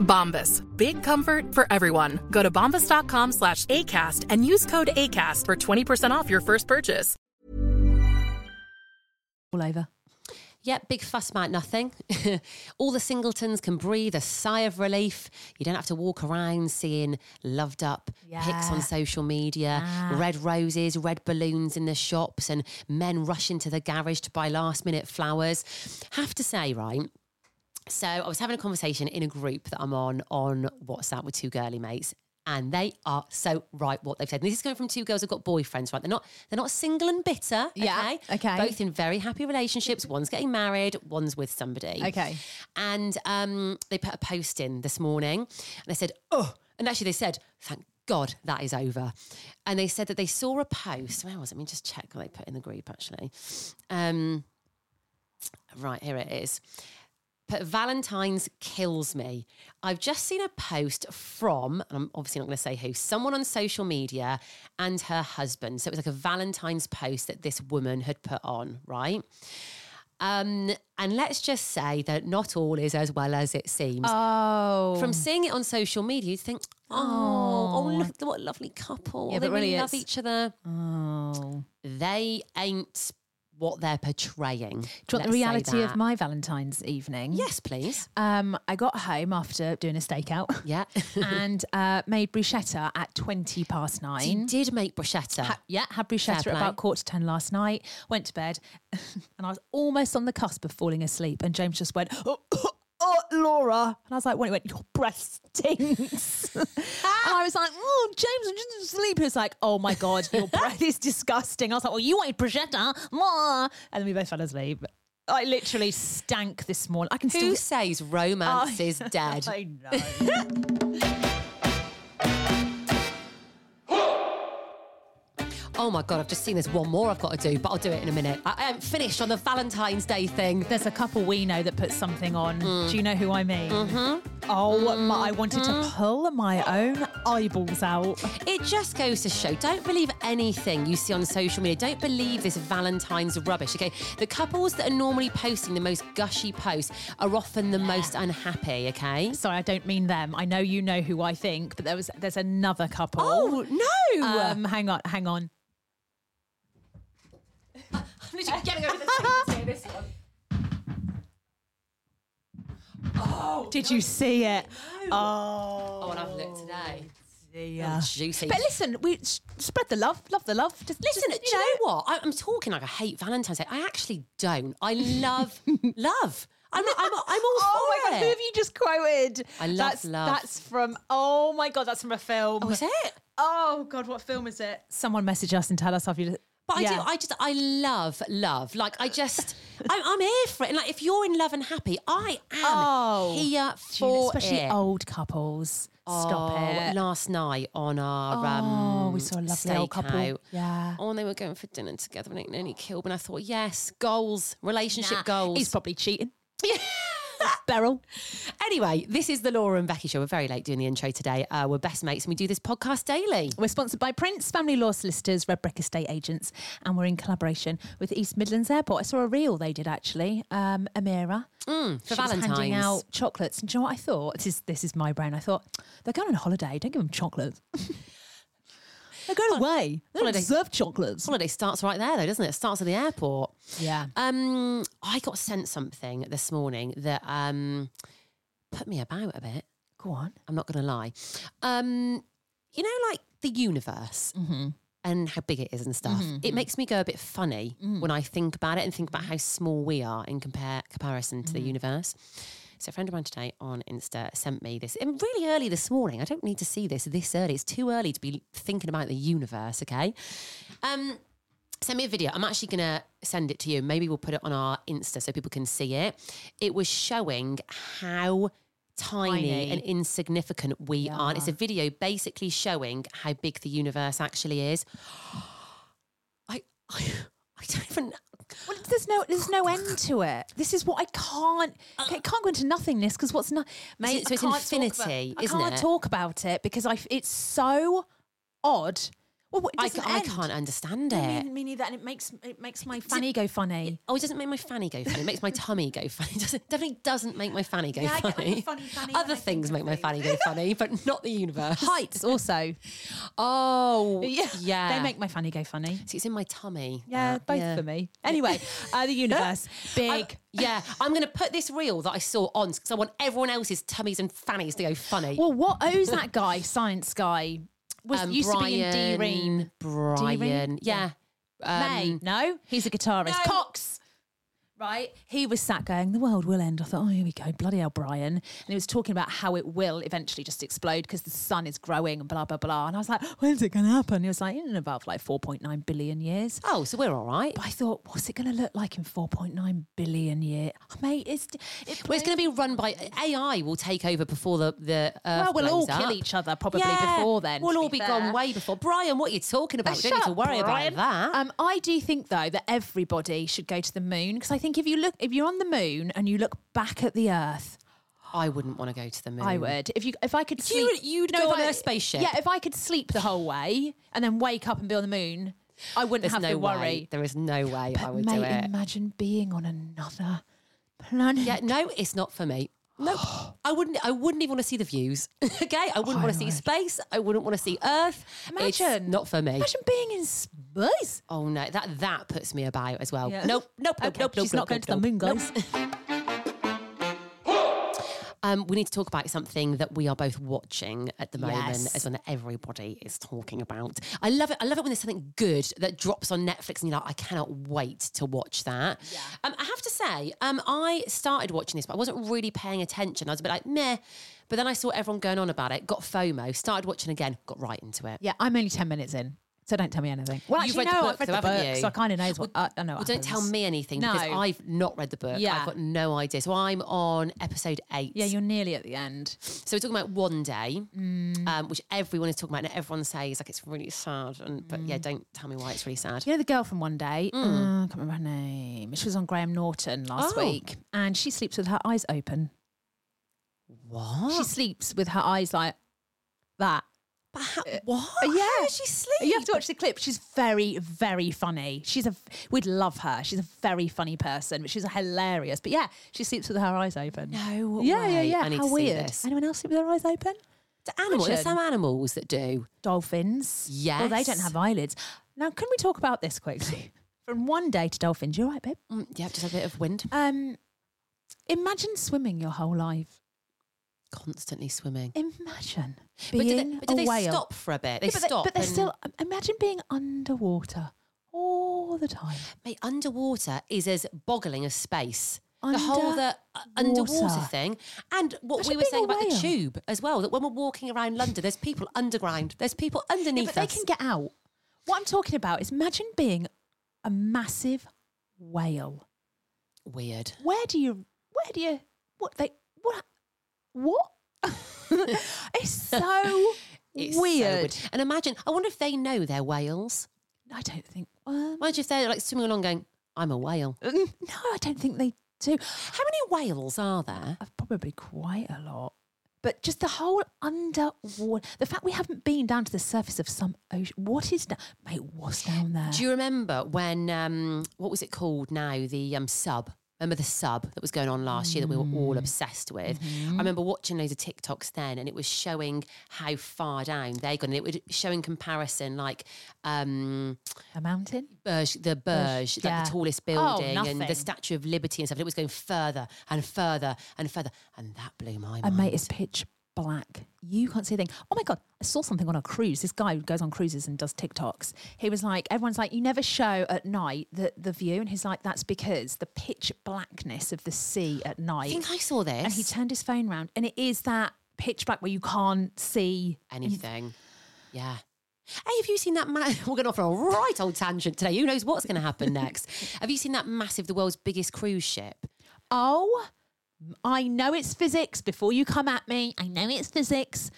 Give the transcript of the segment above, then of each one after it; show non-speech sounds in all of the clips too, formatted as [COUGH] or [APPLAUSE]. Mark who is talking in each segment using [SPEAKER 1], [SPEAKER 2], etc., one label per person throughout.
[SPEAKER 1] Bombas. Big comfort for everyone. Go to bombas.com slash ACAST and use code ACAST for 20% off your first purchase.
[SPEAKER 2] all over.
[SPEAKER 3] Yeah, big fuss about nothing. [LAUGHS] All the singletons can breathe a sigh of relief. You don't have to walk around seeing loved up pics
[SPEAKER 2] Yeah.
[SPEAKER 3] on social media, red roses, red balloons in the shops, and men rushing to the garage to buy last minute flowers. Have to say, right? So I was having a conversation in a group that I'm on on WhatsApp with two girly mates. And they are so right what they've said. And this is coming from two girls who've got boyfriends, right? They're not they're not single and bitter.
[SPEAKER 2] Yeah, okay.
[SPEAKER 3] Both in very happy relationships. One's getting married, one's with somebody.
[SPEAKER 2] Okay.
[SPEAKER 3] And um, they put a post in this morning and they said, oh, and actually they said, thank God that is over. And they said that they saw a post. Where was it? Let me just check what they put in the group actually. Um, right, here it is. But Valentine's kills me. I've just seen a post from, and I'm obviously not going to say who, someone on social media and her husband. So it was like a Valentine's post that this woman had put on, right? Um, and let's just say that not all is as well as it seems.
[SPEAKER 2] Oh.
[SPEAKER 3] From seeing it on social media, you think, oh, oh, look, what a lovely couple.
[SPEAKER 2] Yeah,
[SPEAKER 3] they
[SPEAKER 2] but really
[SPEAKER 3] really love
[SPEAKER 2] it's-
[SPEAKER 3] each other.
[SPEAKER 2] oh.
[SPEAKER 3] They ain't what they're portraying.
[SPEAKER 2] Do you want
[SPEAKER 3] Let's
[SPEAKER 2] the
[SPEAKER 3] say
[SPEAKER 2] reality of
[SPEAKER 3] that.
[SPEAKER 2] my Valentine's evening?
[SPEAKER 3] Yes, please.
[SPEAKER 2] Um, I got home after doing a stakeout
[SPEAKER 3] Yeah.
[SPEAKER 2] [LAUGHS] and uh, made bruschetta at
[SPEAKER 3] [LAUGHS]
[SPEAKER 2] 20 past
[SPEAKER 3] So you
[SPEAKER 2] nine.
[SPEAKER 3] did make bruschetta.
[SPEAKER 2] Ha- yeah, had bruschetta
[SPEAKER 3] Fair
[SPEAKER 2] at
[SPEAKER 3] play.
[SPEAKER 2] about quarter to ten last night. Went to bed, [LAUGHS] and I was almost on the cusp of falling asleep. And James just went, "Oh, [COUGHS] oh, Laura," and I was like, "When he went, your breath stinks," [LAUGHS] and I was like, "Oh, James, I'm just asleep." He was like, "Oh my god,
[SPEAKER 3] [LAUGHS]
[SPEAKER 2] your breath is disgusting." I was like, "Well, you wanted bruschetta," mwah." and then we both fell asleep. I literally stank this morning. I can
[SPEAKER 3] Who Oh,
[SPEAKER 2] still.
[SPEAKER 3] says romance [LAUGHS] is dead?
[SPEAKER 2] [LAUGHS] I know.
[SPEAKER 3] Oh my God, I've just seen there's one more I've got to do, but I'll do it in a minute. I, I haven't finished on the Valentine's Day thing.
[SPEAKER 2] There's a couple we know that put something on.
[SPEAKER 3] Mm.
[SPEAKER 2] Do you know who I mean?
[SPEAKER 3] Mm-hmm.
[SPEAKER 2] Oh, my, I wanted to pull my own eyeballs out.
[SPEAKER 3] It just goes to show don't believe anything you see on social media. Don't believe this Valentine's rubbish, okay? The couples that are normally posting the most gushy posts are often the most unhappy, okay?
[SPEAKER 2] Sorry, I don't mean them. I know you know who I think, but there was there's another couple.
[SPEAKER 3] Oh, no!
[SPEAKER 2] um, hang on, hang on.
[SPEAKER 3] I'm literally getting over this one to say this one.
[SPEAKER 2] Did you see it? Oh,
[SPEAKER 3] Oh, and I've looked today.
[SPEAKER 2] dear.
[SPEAKER 3] Juicy.
[SPEAKER 2] But listen, we s- spread the love, love the love. Just
[SPEAKER 3] Listen,
[SPEAKER 2] just,
[SPEAKER 3] do you know what? I, I'm talking like I hate Valentine's Day. I actually don't. I
[SPEAKER 2] [LAUGHS]
[SPEAKER 3] love love. I'm, I'm, I'm all
[SPEAKER 2] Oh
[SPEAKER 3] for
[SPEAKER 2] my god,
[SPEAKER 3] it.
[SPEAKER 2] who have you just quoted?
[SPEAKER 3] I love
[SPEAKER 2] that's,
[SPEAKER 3] love.
[SPEAKER 2] That's from. Oh my god, that's from a film.
[SPEAKER 3] Oh, is it?
[SPEAKER 2] Oh god, what film is it? Someone message us and tell us if you.
[SPEAKER 3] But I do. I just I love love. Like I just
[SPEAKER 2] [LAUGHS]
[SPEAKER 3] I'm, I'm here for it. And like if you're in love and happy, I am
[SPEAKER 2] Oh,
[SPEAKER 3] here
[SPEAKER 2] June,
[SPEAKER 3] for
[SPEAKER 2] especially
[SPEAKER 3] it.
[SPEAKER 2] old couples. Stop
[SPEAKER 3] Oh,
[SPEAKER 2] it.
[SPEAKER 3] Last night on our um,
[SPEAKER 2] Oh, we saw a lovely old couple.
[SPEAKER 3] stakeout.
[SPEAKER 2] Yeah.
[SPEAKER 3] Oh, and they were going for dinner together and it nearly killed. And I thought, yes, goals, relationship
[SPEAKER 2] Nah,
[SPEAKER 3] goals. [LAUGHS]
[SPEAKER 2] He's probably cheating. Beryl.
[SPEAKER 3] Anyway, this is the Laura and Becky show. We're very late doing the intro today. Uh, we're best mates and we do this podcast daily.
[SPEAKER 2] We're sponsored by Prince Family Law Solicitors, Redbrick Estate Agents, and we're in collaboration with East Midlands Airport. I saw a reel they did actually. Um, Amira
[SPEAKER 3] Mm, for
[SPEAKER 2] she was handing
[SPEAKER 3] Valentine's.
[SPEAKER 2] out chocolates. And do you know what I thought? This is this is my brain. I thought they're going on holiday. Don't give them chocolates. [LAUGHS] they're going away. They don't
[SPEAKER 3] holiday-
[SPEAKER 2] deserve chocolates.
[SPEAKER 3] Holiday starts right there, though, doesn't it? It starts at the airport.
[SPEAKER 2] Yeah.
[SPEAKER 3] Um, I got sent something this morning that um, put me about a bit.
[SPEAKER 2] Go on.
[SPEAKER 3] I'm not going to lie. Um, you know, like the universe and how big it is and stuff. It makes me go a bit funny when I think about it and think about how small we are in compare comparison to the universe. So a friend of mine today on Insta sent me this, and really early this morning. I don't need to see this this early. It's too early to be thinking about the universe. Okay. Um, send me a video. I'm actually going to send it to you. Maybe we'll put it on our Insta so people can see it. It was showing how tiny,
[SPEAKER 2] Tiny.
[SPEAKER 3] and insignificant we are. And It's a video basically showing how big the universe actually is. [GASPS] I, I, I don't even.
[SPEAKER 2] Well, there's no there's no end to it. This is what I can't it can't go into nothingness because what's not mate.
[SPEAKER 3] Uh, so it's
[SPEAKER 2] I can't talk
[SPEAKER 3] infinity,
[SPEAKER 2] about,
[SPEAKER 3] isn't
[SPEAKER 2] I can't
[SPEAKER 3] it?
[SPEAKER 2] talk about it because I f- it's so odd. Well, what- it
[SPEAKER 3] I,
[SPEAKER 2] doesn't
[SPEAKER 3] I
[SPEAKER 2] end.
[SPEAKER 3] can't understand it.
[SPEAKER 2] Me, me neither, and it makes it makes my fanny go funny.
[SPEAKER 3] Oh, it doesn't make my fanny go funny. It makes my tummy go funny. [LAUGHS] It doesn't, definitely doesn't make my fanny go
[SPEAKER 2] Yeah, I get, like,
[SPEAKER 3] funny.
[SPEAKER 2] a funny fanny when I
[SPEAKER 3] Other
[SPEAKER 2] think
[SPEAKER 3] things
[SPEAKER 2] of
[SPEAKER 3] make my fanny go funny, but not the
[SPEAKER 2] [LAUGHS]
[SPEAKER 3] universe.
[SPEAKER 2] Heights also,
[SPEAKER 3] Oh,
[SPEAKER 2] yeah,
[SPEAKER 3] yeah.
[SPEAKER 2] they make my fanny go funny.
[SPEAKER 3] See, it's in my tummy.
[SPEAKER 2] Yeah,
[SPEAKER 3] that.
[SPEAKER 2] both
[SPEAKER 3] Yeah.
[SPEAKER 2] for me.
[SPEAKER 3] [LAUGHS]
[SPEAKER 2] Anyway, uh, the universe big.
[SPEAKER 3] I-
[SPEAKER 2] [LAUGHS]
[SPEAKER 3] yeah, I'm going to put this reel that I saw on because I want everyone else's tummies and fannies to go funny.
[SPEAKER 2] well, what owes that guy, science guy, was
[SPEAKER 3] Um,
[SPEAKER 2] used to be in
[SPEAKER 3] Brian-
[SPEAKER 2] D. Reen.
[SPEAKER 3] Brian, yeah.
[SPEAKER 2] May. No, Um, he's a guitarist.
[SPEAKER 3] No.
[SPEAKER 2] Cox. Right, he was sat going, the world will end. I thought, oh, here we go, bloody hell, Brian. And he was talking about how it will eventually just explode because the sun is growing and blah, blah, blah. And I was like, when's it going to happen? He was like, in about like 4.9 billion years.
[SPEAKER 3] Oh, so we're all right.
[SPEAKER 2] But I thought, what's it going to look like in 4.9 billion years? Oh, mate, it's. It,
[SPEAKER 3] Well, it's going to be run by AI. Will take over before the the. Earth
[SPEAKER 2] Well, we'll all
[SPEAKER 3] blows up.
[SPEAKER 2] kill each other probably
[SPEAKER 3] Yeah,
[SPEAKER 2] before then,
[SPEAKER 3] We'll
[SPEAKER 2] to
[SPEAKER 3] all
[SPEAKER 2] be
[SPEAKER 3] be
[SPEAKER 2] fair. Uh,
[SPEAKER 3] gone way before. Brian, what are you talking about? We don't need
[SPEAKER 2] Shut
[SPEAKER 3] to
[SPEAKER 2] up,
[SPEAKER 3] worry
[SPEAKER 2] Brian.
[SPEAKER 3] about that.
[SPEAKER 2] Um, I do think though that everybody should go to the moon because I think if you look, if you're on the moon and you look back at the Earth,
[SPEAKER 3] I wouldn't want to go to the moon.
[SPEAKER 2] I would. If you, if I could,
[SPEAKER 3] You
[SPEAKER 2] sleep,
[SPEAKER 3] would- you'd go
[SPEAKER 2] if
[SPEAKER 3] on
[SPEAKER 2] I-
[SPEAKER 3] a spaceship.
[SPEAKER 2] Yeah, if I could sleep the whole way and then wake up and be on the moon, I wouldn't
[SPEAKER 3] There's
[SPEAKER 2] have
[SPEAKER 3] no
[SPEAKER 2] to worry.
[SPEAKER 3] way. There is no way
[SPEAKER 2] but
[SPEAKER 3] I would
[SPEAKER 2] mate,
[SPEAKER 3] do it.
[SPEAKER 2] imagine being on another planet.
[SPEAKER 3] Yeah, no, it's not for me.
[SPEAKER 2] [GASPS]
[SPEAKER 3] No, I wouldn't. I wouldn't even want to see the views. [LAUGHS] okay, I wouldn't want to see space. I wouldn't want to see Earth. It's
[SPEAKER 2] imagine
[SPEAKER 3] not for me.
[SPEAKER 2] Imagine being in space.
[SPEAKER 3] Oh no, that that puts me about as well.
[SPEAKER 2] Yeah.
[SPEAKER 3] Nope, nope, nope,
[SPEAKER 2] Okay,
[SPEAKER 3] nope.
[SPEAKER 2] she's
[SPEAKER 3] nope,
[SPEAKER 2] not going
[SPEAKER 3] nope,
[SPEAKER 2] to
[SPEAKER 3] nope,
[SPEAKER 2] the moon,
[SPEAKER 3] nope.
[SPEAKER 2] guys.
[SPEAKER 3] [LAUGHS] Um, we need to talk about something that we are both watching at the moment,
[SPEAKER 2] Yes.
[SPEAKER 3] as when everybody is talking about. I love it. I love it when there's something good that drops on Netflix, and you're like, I cannot wait to watch that. Um, I have to say, um, I started watching this, but I wasn't really paying attention. I was a bit like, meh. But then I saw everyone going on about it, got FOMO, started watching again, got right into it.
[SPEAKER 2] Yeah, I'm only ten minutes in, so don't tell me anything. Well,
[SPEAKER 3] You've
[SPEAKER 2] actually,
[SPEAKER 3] read the
[SPEAKER 2] no,
[SPEAKER 3] book,
[SPEAKER 2] I've read
[SPEAKER 3] though,
[SPEAKER 2] the
[SPEAKER 3] haven't
[SPEAKER 2] book,
[SPEAKER 3] you?
[SPEAKER 2] so I kind of knows what. I, I know.
[SPEAKER 3] Well,
[SPEAKER 2] what
[SPEAKER 3] don't tell
[SPEAKER 2] happens.
[SPEAKER 3] me anything
[SPEAKER 2] No.
[SPEAKER 3] because I've not read the book.
[SPEAKER 2] Yeah.
[SPEAKER 3] I've got no idea. So I'm on episode eight.
[SPEAKER 2] Yeah, you're nearly at the end.
[SPEAKER 3] So we're talking about one day,
[SPEAKER 2] Mm.
[SPEAKER 3] um, which everyone is talking about, and everyone says like it's really sad. And but
[SPEAKER 2] Mm.
[SPEAKER 3] yeah, don't tell me why it's really sad.
[SPEAKER 2] You know the girl from One
[SPEAKER 3] Mm.
[SPEAKER 2] Day? Uh, I can't remember her name. She was on Graham Norton last
[SPEAKER 3] Oh.
[SPEAKER 2] week, and she sleeps with her eyes open.
[SPEAKER 3] What?
[SPEAKER 2] She sleeps with her eyes like that.
[SPEAKER 3] but how, what?
[SPEAKER 2] Uh, yeah.
[SPEAKER 3] How does she sleep?
[SPEAKER 2] You have to watch the clip. She's very, very funny. She's a. We'd love her. She's a very funny person, but she's hilarious. But yeah, she sleeps with her eyes open.
[SPEAKER 3] No
[SPEAKER 2] yeah, yeah,
[SPEAKER 3] way.
[SPEAKER 2] yeah.
[SPEAKER 3] I need
[SPEAKER 2] How
[SPEAKER 3] to see
[SPEAKER 2] weird.
[SPEAKER 3] this.
[SPEAKER 2] Anyone else sleep with their eyes open?
[SPEAKER 3] To animals. There's
[SPEAKER 2] Imagine.
[SPEAKER 3] some animals that do.
[SPEAKER 2] Dolphins. Well, they don't
[SPEAKER 3] Yes.
[SPEAKER 2] have eyelids. Now, can we talk about this
[SPEAKER 3] [LAUGHS]
[SPEAKER 2] quickly? From one day to dolphins. You're right, babe.
[SPEAKER 3] Mm, yeah, just a bit of wind.
[SPEAKER 2] Um, imagine swimming your whole life.
[SPEAKER 3] Constantly swimming.
[SPEAKER 2] Imagine
[SPEAKER 3] But do they,
[SPEAKER 2] being
[SPEAKER 3] but do
[SPEAKER 2] a
[SPEAKER 3] they
[SPEAKER 2] whale.
[SPEAKER 3] stop for a bit? They
[SPEAKER 2] Yeah, but,
[SPEAKER 3] stop.
[SPEAKER 2] but they're
[SPEAKER 3] and-
[SPEAKER 2] still. um, Imagine being underwater all the time.
[SPEAKER 3] Mate, underwater is as boggling as space. The whole the uh, underwater
[SPEAKER 2] Underwater.
[SPEAKER 3] thing, and what
[SPEAKER 2] Imagine
[SPEAKER 3] we were
[SPEAKER 2] being
[SPEAKER 3] saying
[SPEAKER 2] a
[SPEAKER 3] about the
[SPEAKER 2] whale.
[SPEAKER 3] tube as well. That when we're walking around London, there's people underground. There's people underneath
[SPEAKER 2] Yeah, but
[SPEAKER 3] us.
[SPEAKER 2] they can get out. What I'm talking about is imagine being a massive whale.
[SPEAKER 3] Weird.
[SPEAKER 2] Where do you? Where do you? What they? What? What? [LAUGHS] it's so
[SPEAKER 3] [LAUGHS] It's so
[SPEAKER 2] weird.
[SPEAKER 3] And imagine, I wonder if they know they're whales.
[SPEAKER 2] I don't think. Um,
[SPEAKER 3] Imagine if they're like swimming along going, I'm a whale.
[SPEAKER 2] no, I don't think they too.
[SPEAKER 3] How many whales are there?
[SPEAKER 2] Probably quite a lot. But just the whole underwater, the fact we haven't been down to the surface of some ocean. What is down? Mate, what's down there?
[SPEAKER 3] Do you remember when um, what was it called now? The um, sub. Remember the sub that was going on last year that we were
[SPEAKER 2] Mm.
[SPEAKER 3] all obsessed with?
[SPEAKER 2] Mm-hmm.
[SPEAKER 3] I remember watching loads of TikToks then and it was showing how far down they got. And it was showing comparison like um,
[SPEAKER 2] a mountain?
[SPEAKER 3] Burj, the Burj, like
[SPEAKER 2] yeah.
[SPEAKER 3] the tallest
[SPEAKER 2] Oh,
[SPEAKER 3] building and the
[SPEAKER 2] nothing.
[SPEAKER 3] Statue of Liberty and stuff. And it was going further and further and further. And that blew my mind.
[SPEAKER 2] And mate, it's pitch black. You can't see a thing. Oh my god, I saw something on a cruise. This guy who goes on cruises and does TikToks. He was like, everyone's like, you never show at night the, the view, and he's like, that's because the pitch blackness of the sea at night.
[SPEAKER 3] I think I saw this.
[SPEAKER 2] and he turned his phone round, and it is that pitch black where you can't see
[SPEAKER 3] anything. Yeah. Hey, have you seen that? Ma- [LAUGHS] We're going off on a right old tangent today. Who knows what's going to happen next? have you seen that massive, the world's biggest cruise ship?
[SPEAKER 2] Oh, I know it's physics. Before you come at me, I know it's physics,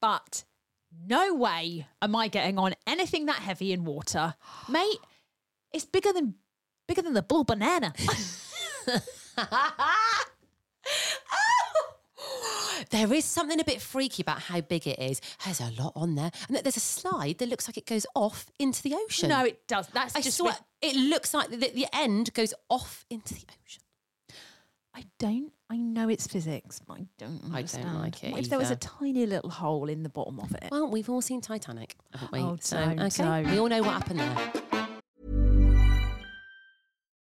[SPEAKER 2] but no way am I getting on anything that heavy in water, mate. It's bigger than bigger than the blue banana. [LAUGHS]
[SPEAKER 3] There is something a bit freaky about how big it is. There's a lot on there, and there's a slide that looks like it goes off into the ocean.
[SPEAKER 2] no, it does. That's
[SPEAKER 3] I
[SPEAKER 2] just
[SPEAKER 3] saw
[SPEAKER 2] what
[SPEAKER 3] it. It looks like the, the end goes off into the ocean.
[SPEAKER 2] I don't. I know it's physics, but I don't.
[SPEAKER 3] I don't
[SPEAKER 2] Understand.
[SPEAKER 3] like it
[SPEAKER 2] What if there was a
[SPEAKER 3] either.
[SPEAKER 2] tiny little hole in the bottom of it?
[SPEAKER 3] Well, we've all seen Titanic, haven't we?
[SPEAKER 2] Oh,
[SPEAKER 3] so
[SPEAKER 2] don't,
[SPEAKER 3] okay,
[SPEAKER 2] don't.
[SPEAKER 3] we all know what happened there.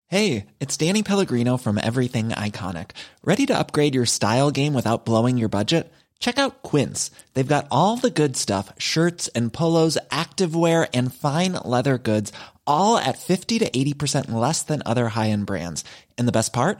[SPEAKER 4] Hey, it's Danny Pellegrino from Everything Iconic. Ready to upgrade your style game without blowing your budget? Check out Quince. They've got all the good stuff shirts and polos, activewear, and fine leather goods, all at 50 to 80% less than other high end brands. And the best part?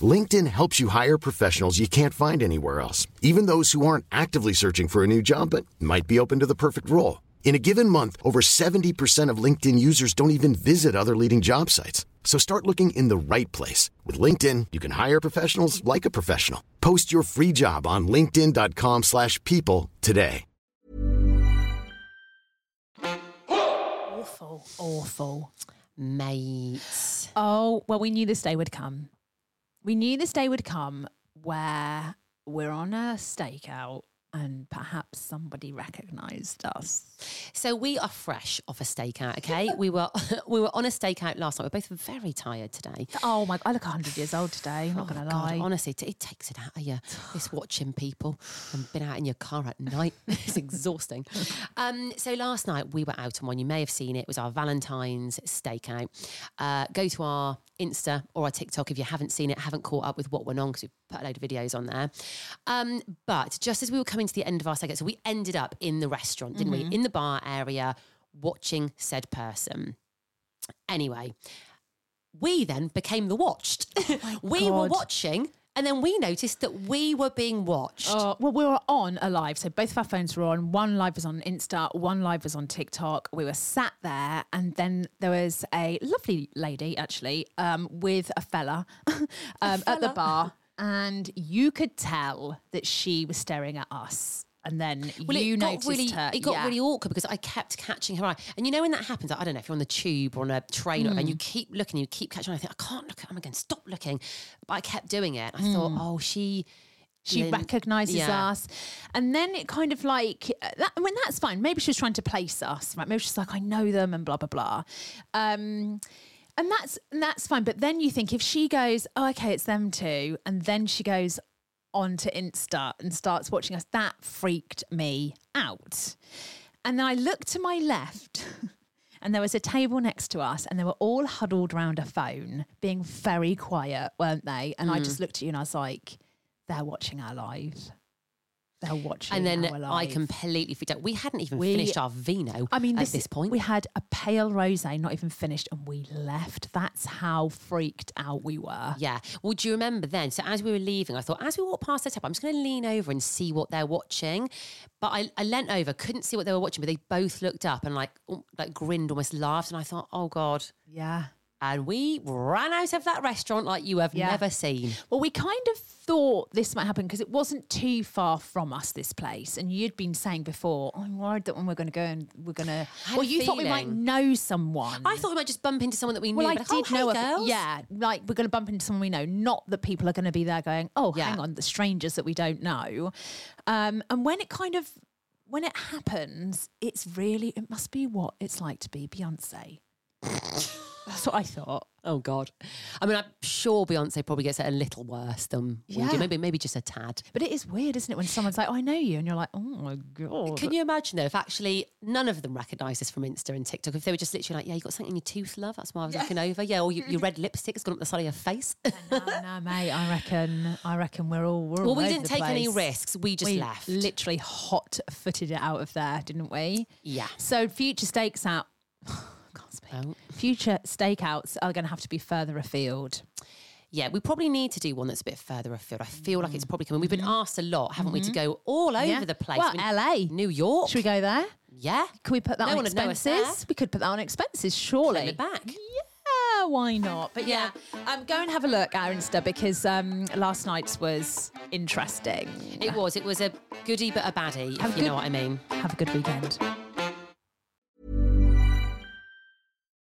[SPEAKER 5] LinkedIn helps you hire professionals you can't find anywhere else, even those who aren't actively searching for a new job but might be open to the perfect role. In a given month, over 70% of LinkedIn users don't even visit other leading job sites. So start looking in the right place. With LinkedIn, you can hire professionals like a professional. Post your free job on linkedin.com/people slash people today.
[SPEAKER 2] Awful, awful.
[SPEAKER 3] Mate,
[SPEAKER 2] Oh, well, we knew this day would come. We knew this day would come where we're on a stakeout and perhaps somebody recognised us.
[SPEAKER 3] so we are fresh off a stakeout. Okay, we were [LAUGHS] we were on a stakeout last night. We're both very tired today.
[SPEAKER 2] Oh my, I look 100 years old today, I'm not
[SPEAKER 3] Oh,
[SPEAKER 2] going to
[SPEAKER 3] God,
[SPEAKER 2] lie.
[SPEAKER 3] honestly, t- it takes it out of you.
[SPEAKER 2] [SIGHS]
[SPEAKER 3] This watching people and been out in your car at night. [LAUGHS] it's
[SPEAKER 2] [LAUGHS]
[SPEAKER 3] exhausting. Um, so last night we were out on one. You may have seen it. It was our Valentine's stakeout. Uh, go to our Insta or our TikTok if you haven't seen it, haven't caught up with what went on because we've put a load of videos on there. Um, but just as we were coming to the end of our stakeout, so we ended up in the restaurant, didn't
[SPEAKER 2] Mm-hmm.
[SPEAKER 3] we? In the bar area, watching said person. Anyway, we then became the watched.
[SPEAKER 2] [LAUGHS]
[SPEAKER 3] we were
[SPEAKER 2] Oh God.
[SPEAKER 3] watching, and then we noticed that we were being watched.
[SPEAKER 2] Uh, well, we were on a live, so both of our phones were on. One live was on Insta, one live was on TikTok. We were sat there, and then there was a lovely lady actually um, with a fella, [LAUGHS] um, at the bar, and you could tell that she was staring at us. And then you
[SPEAKER 3] got
[SPEAKER 2] noticed
[SPEAKER 3] really,
[SPEAKER 2] her.
[SPEAKER 3] It got
[SPEAKER 2] yeah.
[SPEAKER 3] really awkward because I kept catching her eye. And you know when that happens, I don't know if you're on the tube or on a train or whatever,
[SPEAKER 2] Hmm.
[SPEAKER 3] and you keep looking, you keep catching. her eye, I think I can't look at him again. Stop looking. But I kept doing it. I thought,
[SPEAKER 2] Hmm.
[SPEAKER 3] oh, she.
[SPEAKER 2] She
[SPEAKER 3] Lynn-
[SPEAKER 2] recognises
[SPEAKER 3] Yeah.
[SPEAKER 2] us. And then it kind of like, uh, that, I mean, that's fine. Maybe she was trying to place us, right? Maybe she's like, I know them and blah, blah, blah. Um, and that's and that's fine. But then you think if she goes, oh, okay, it's them two, and then she goes onto Insta and starts watching us, that freaked me out. And then I looked to my left [LAUGHS] and there was a table next to us and they were all huddled round a phone, being very
[SPEAKER 3] Mm.
[SPEAKER 2] quiet, weren't they? And I just looked at you and I was like, they're watching our live. They're watching.
[SPEAKER 3] And then
[SPEAKER 2] how we're
[SPEAKER 3] I
[SPEAKER 2] live.
[SPEAKER 3] completely freaked out. We hadn't even
[SPEAKER 2] We-
[SPEAKER 3] finished our vino
[SPEAKER 2] I mean,
[SPEAKER 3] at
[SPEAKER 2] this,
[SPEAKER 3] this point.
[SPEAKER 2] we had a pale rosé, not even finished, and we left. That's how freaked out we were.
[SPEAKER 3] Yeah. Well, do you remember then? So as we were leaving, I thought, as we walk past the tap, I'm just going to lean over and see what they're watching. But I, I leant over, couldn't see what they were watching, but they both looked up and like al- like grinned, almost laughed, and I thought, oh god.
[SPEAKER 2] Yeah.
[SPEAKER 3] And we ran out of that restaurant like you have
[SPEAKER 2] Yeah.
[SPEAKER 3] never seen.
[SPEAKER 2] Well, we kind of thought this might happen because it wasn't too far from us, this place. And you'd been saying before, I'm worried that when we're going to go and we're going to.
[SPEAKER 3] had
[SPEAKER 2] Well,
[SPEAKER 3] a
[SPEAKER 2] you thought we might
[SPEAKER 3] feeling.
[SPEAKER 2] know someone.
[SPEAKER 3] I thought we might just bump into someone that we
[SPEAKER 2] well,
[SPEAKER 3] knew.
[SPEAKER 2] I
[SPEAKER 3] be like,
[SPEAKER 2] did
[SPEAKER 3] "Oh,
[SPEAKER 2] know.
[SPEAKER 3] hey,
[SPEAKER 2] a-
[SPEAKER 3] girls."
[SPEAKER 2] [LAUGHS] yeah, like we're going to bump into someone we know. Not that people are going to be there going, "Oh,
[SPEAKER 3] Yeah.
[SPEAKER 2] hang on, the strangers that we don't know." Um, and when it kind of when it happens, it's really it must be what it's like to be Beyonce. That's what I thought.
[SPEAKER 3] Oh God. I mean, I'm sure Beyonce probably gets it a little worse than we
[SPEAKER 2] Yeah.
[SPEAKER 3] do. Maybe maybe just a tad.
[SPEAKER 2] But it is weird, isn't it, when someone's like, "Oh, "I know you," and you're like, "Oh my god."
[SPEAKER 3] Can you imagine though if actually none of them recognised us from Insta and TikTok? If they were just literally like, "Yeah, you got something in your tooth, love. That's why I was looking over. Yeah, or your,
[SPEAKER 2] [LAUGHS]
[SPEAKER 3] your red lipstick's gone up the side of your face."
[SPEAKER 2] no, Oh, no, mate. I reckon. I reckon we're all. We're
[SPEAKER 3] well,
[SPEAKER 2] all
[SPEAKER 3] we
[SPEAKER 2] over
[SPEAKER 3] didn't
[SPEAKER 2] the
[SPEAKER 3] take any
[SPEAKER 2] place.
[SPEAKER 3] risks. We just
[SPEAKER 2] We
[SPEAKER 3] left.
[SPEAKER 2] Literally hot footed it out of there, didn't we?
[SPEAKER 3] yeah.
[SPEAKER 2] So future stakes out. [SIGHS] I can't speak.
[SPEAKER 3] Oh.
[SPEAKER 2] Future stakeouts are going to have to be further afield.
[SPEAKER 3] [LAUGHS] Yeah, we probably need to do one that's a bit further afield. I feel like it's probably coming. We've been asked a lot, haven't we, to go all over
[SPEAKER 2] Mm. Mm-hmm. Yeah.
[SPEAKER 3] the place.
[SPEAKER 2] Well,
[SPEAKER 3] I mean,
[SPEAKER 2] LA.
[SPEAKER 3] New York.
[SPEAKER 2] Should we go there?
[SPEAKER 3] Yeah.
[SPEAKER 2] Can we put that
[SPEAKER 3] No
[SPEAKER 2] on
[SPEAKER 3] one would know us there.
[SPEAKER 2] expenses? We could put that on expenses, surely.
[SPEAKER 3] Claim it back.
[SPEAKER 2] Yeah, why not? But yeah, um, go and have a look at our Insta because um, last night's was interesting.
[SPEAKER 3] It was. It was a goodie but a baddie. If
[SPEAKER 2] Have
[SPEAKER 3] you
[SPEAKER 2] good-
[SPEAKER 3] know what I mean.
[SPEAKER 2] Have a good weekend.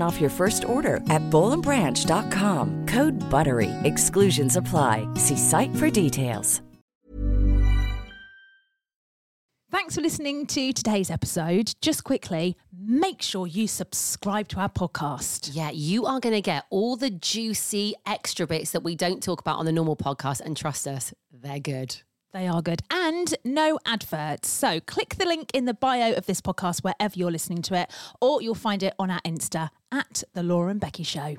[SPEAKER 6] off your first order at bowlandbranch.com. Code BUTTERY. Exclusions apply. See site for details.
[SPEAKER 2] Thanks for listening to today's episode. Just quickly, make sure you subscribe to our podcast.
[SPEAKER 3] Yeah, you are going to get all the juicy extra bits that we don't talk about on the normal podcast. And trust us, they're good.
[SPEAKER 2] They are good. And no adverts. So click the link in the bio of this podcast wherever you're listening to it, or you'll find it on our Insta at The Laura and Becky Show.